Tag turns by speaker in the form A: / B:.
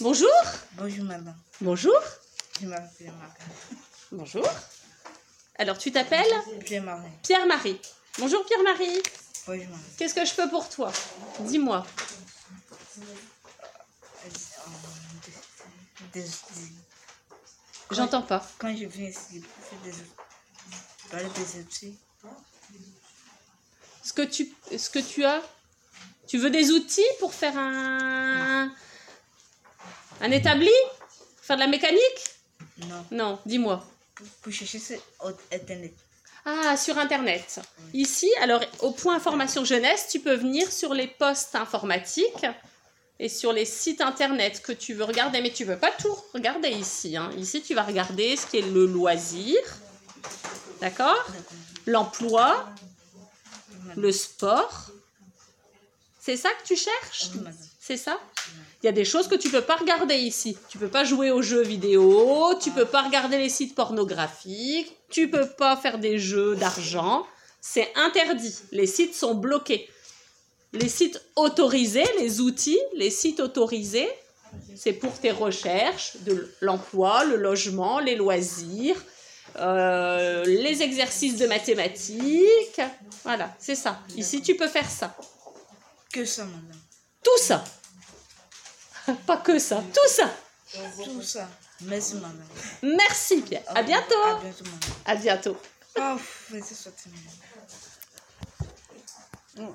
A: Bonjour.
B: Bonjour madame,
A: Bonjour.
B: je m'appelle Marie.
A: Bonjour. Alors, tu t'appelles
B: Pierre Marie.
A: Pierre-Marie. Bonjour Pierre-Marie.
B: Bonjour madame.
A: Qu'est-ce que je peux pour toi Dis-moi.
B: Euh, euh, des- des-
A: J'entends pas.
B: Quand je viens ici pour faire des parler des outils,
A: Ce que tu, ce que tu as. Tu veux des outils pour faire un, un établi Faire de la mécanique
B: non,
A: Non, dis-moi.
B: pour, pour chercher sur Haute internet.
A: Ah, sur Internet. Ici, alors au point information jeunesse, tu peux venir sur les postes informatiques et sur les sites Internet que tu veux regarder, mais tu ne veux pas tout regarder ici. hein. Ici, tu vas regarder ce qui est le loisir, d'accord L'emploi,
B: Madame.
A: le sport. C'est ça que tu cherches
B: Oui, madame.
A: c'est ça Il y a des choses que tu peux pas regarder ici. Tu peux pas jouer aux jeux vidéo, tu peux pas regarder les sites pornographiques, tu peux pas faire des jeux d'argent. C'est interdit. Les sites sont bloqués. Les sites autorisés, les outils, les sites autorisés, c'est pour tes recherches, de l'emploi, le logement, les loisirs, euh, les exercices de mathématiques. Voilà, c'est ça. Ici, tu peux faire ça.
B: Que ça madame.
A: Tout ça. Pas que ça, tout ça.
B: Tout ça. Merci madame.
A: Merci Pierre. À
B: À
A: bientôt.
B: bientôt madame.
A: À bientôt.
B: Oh, vous êtes sortie madame.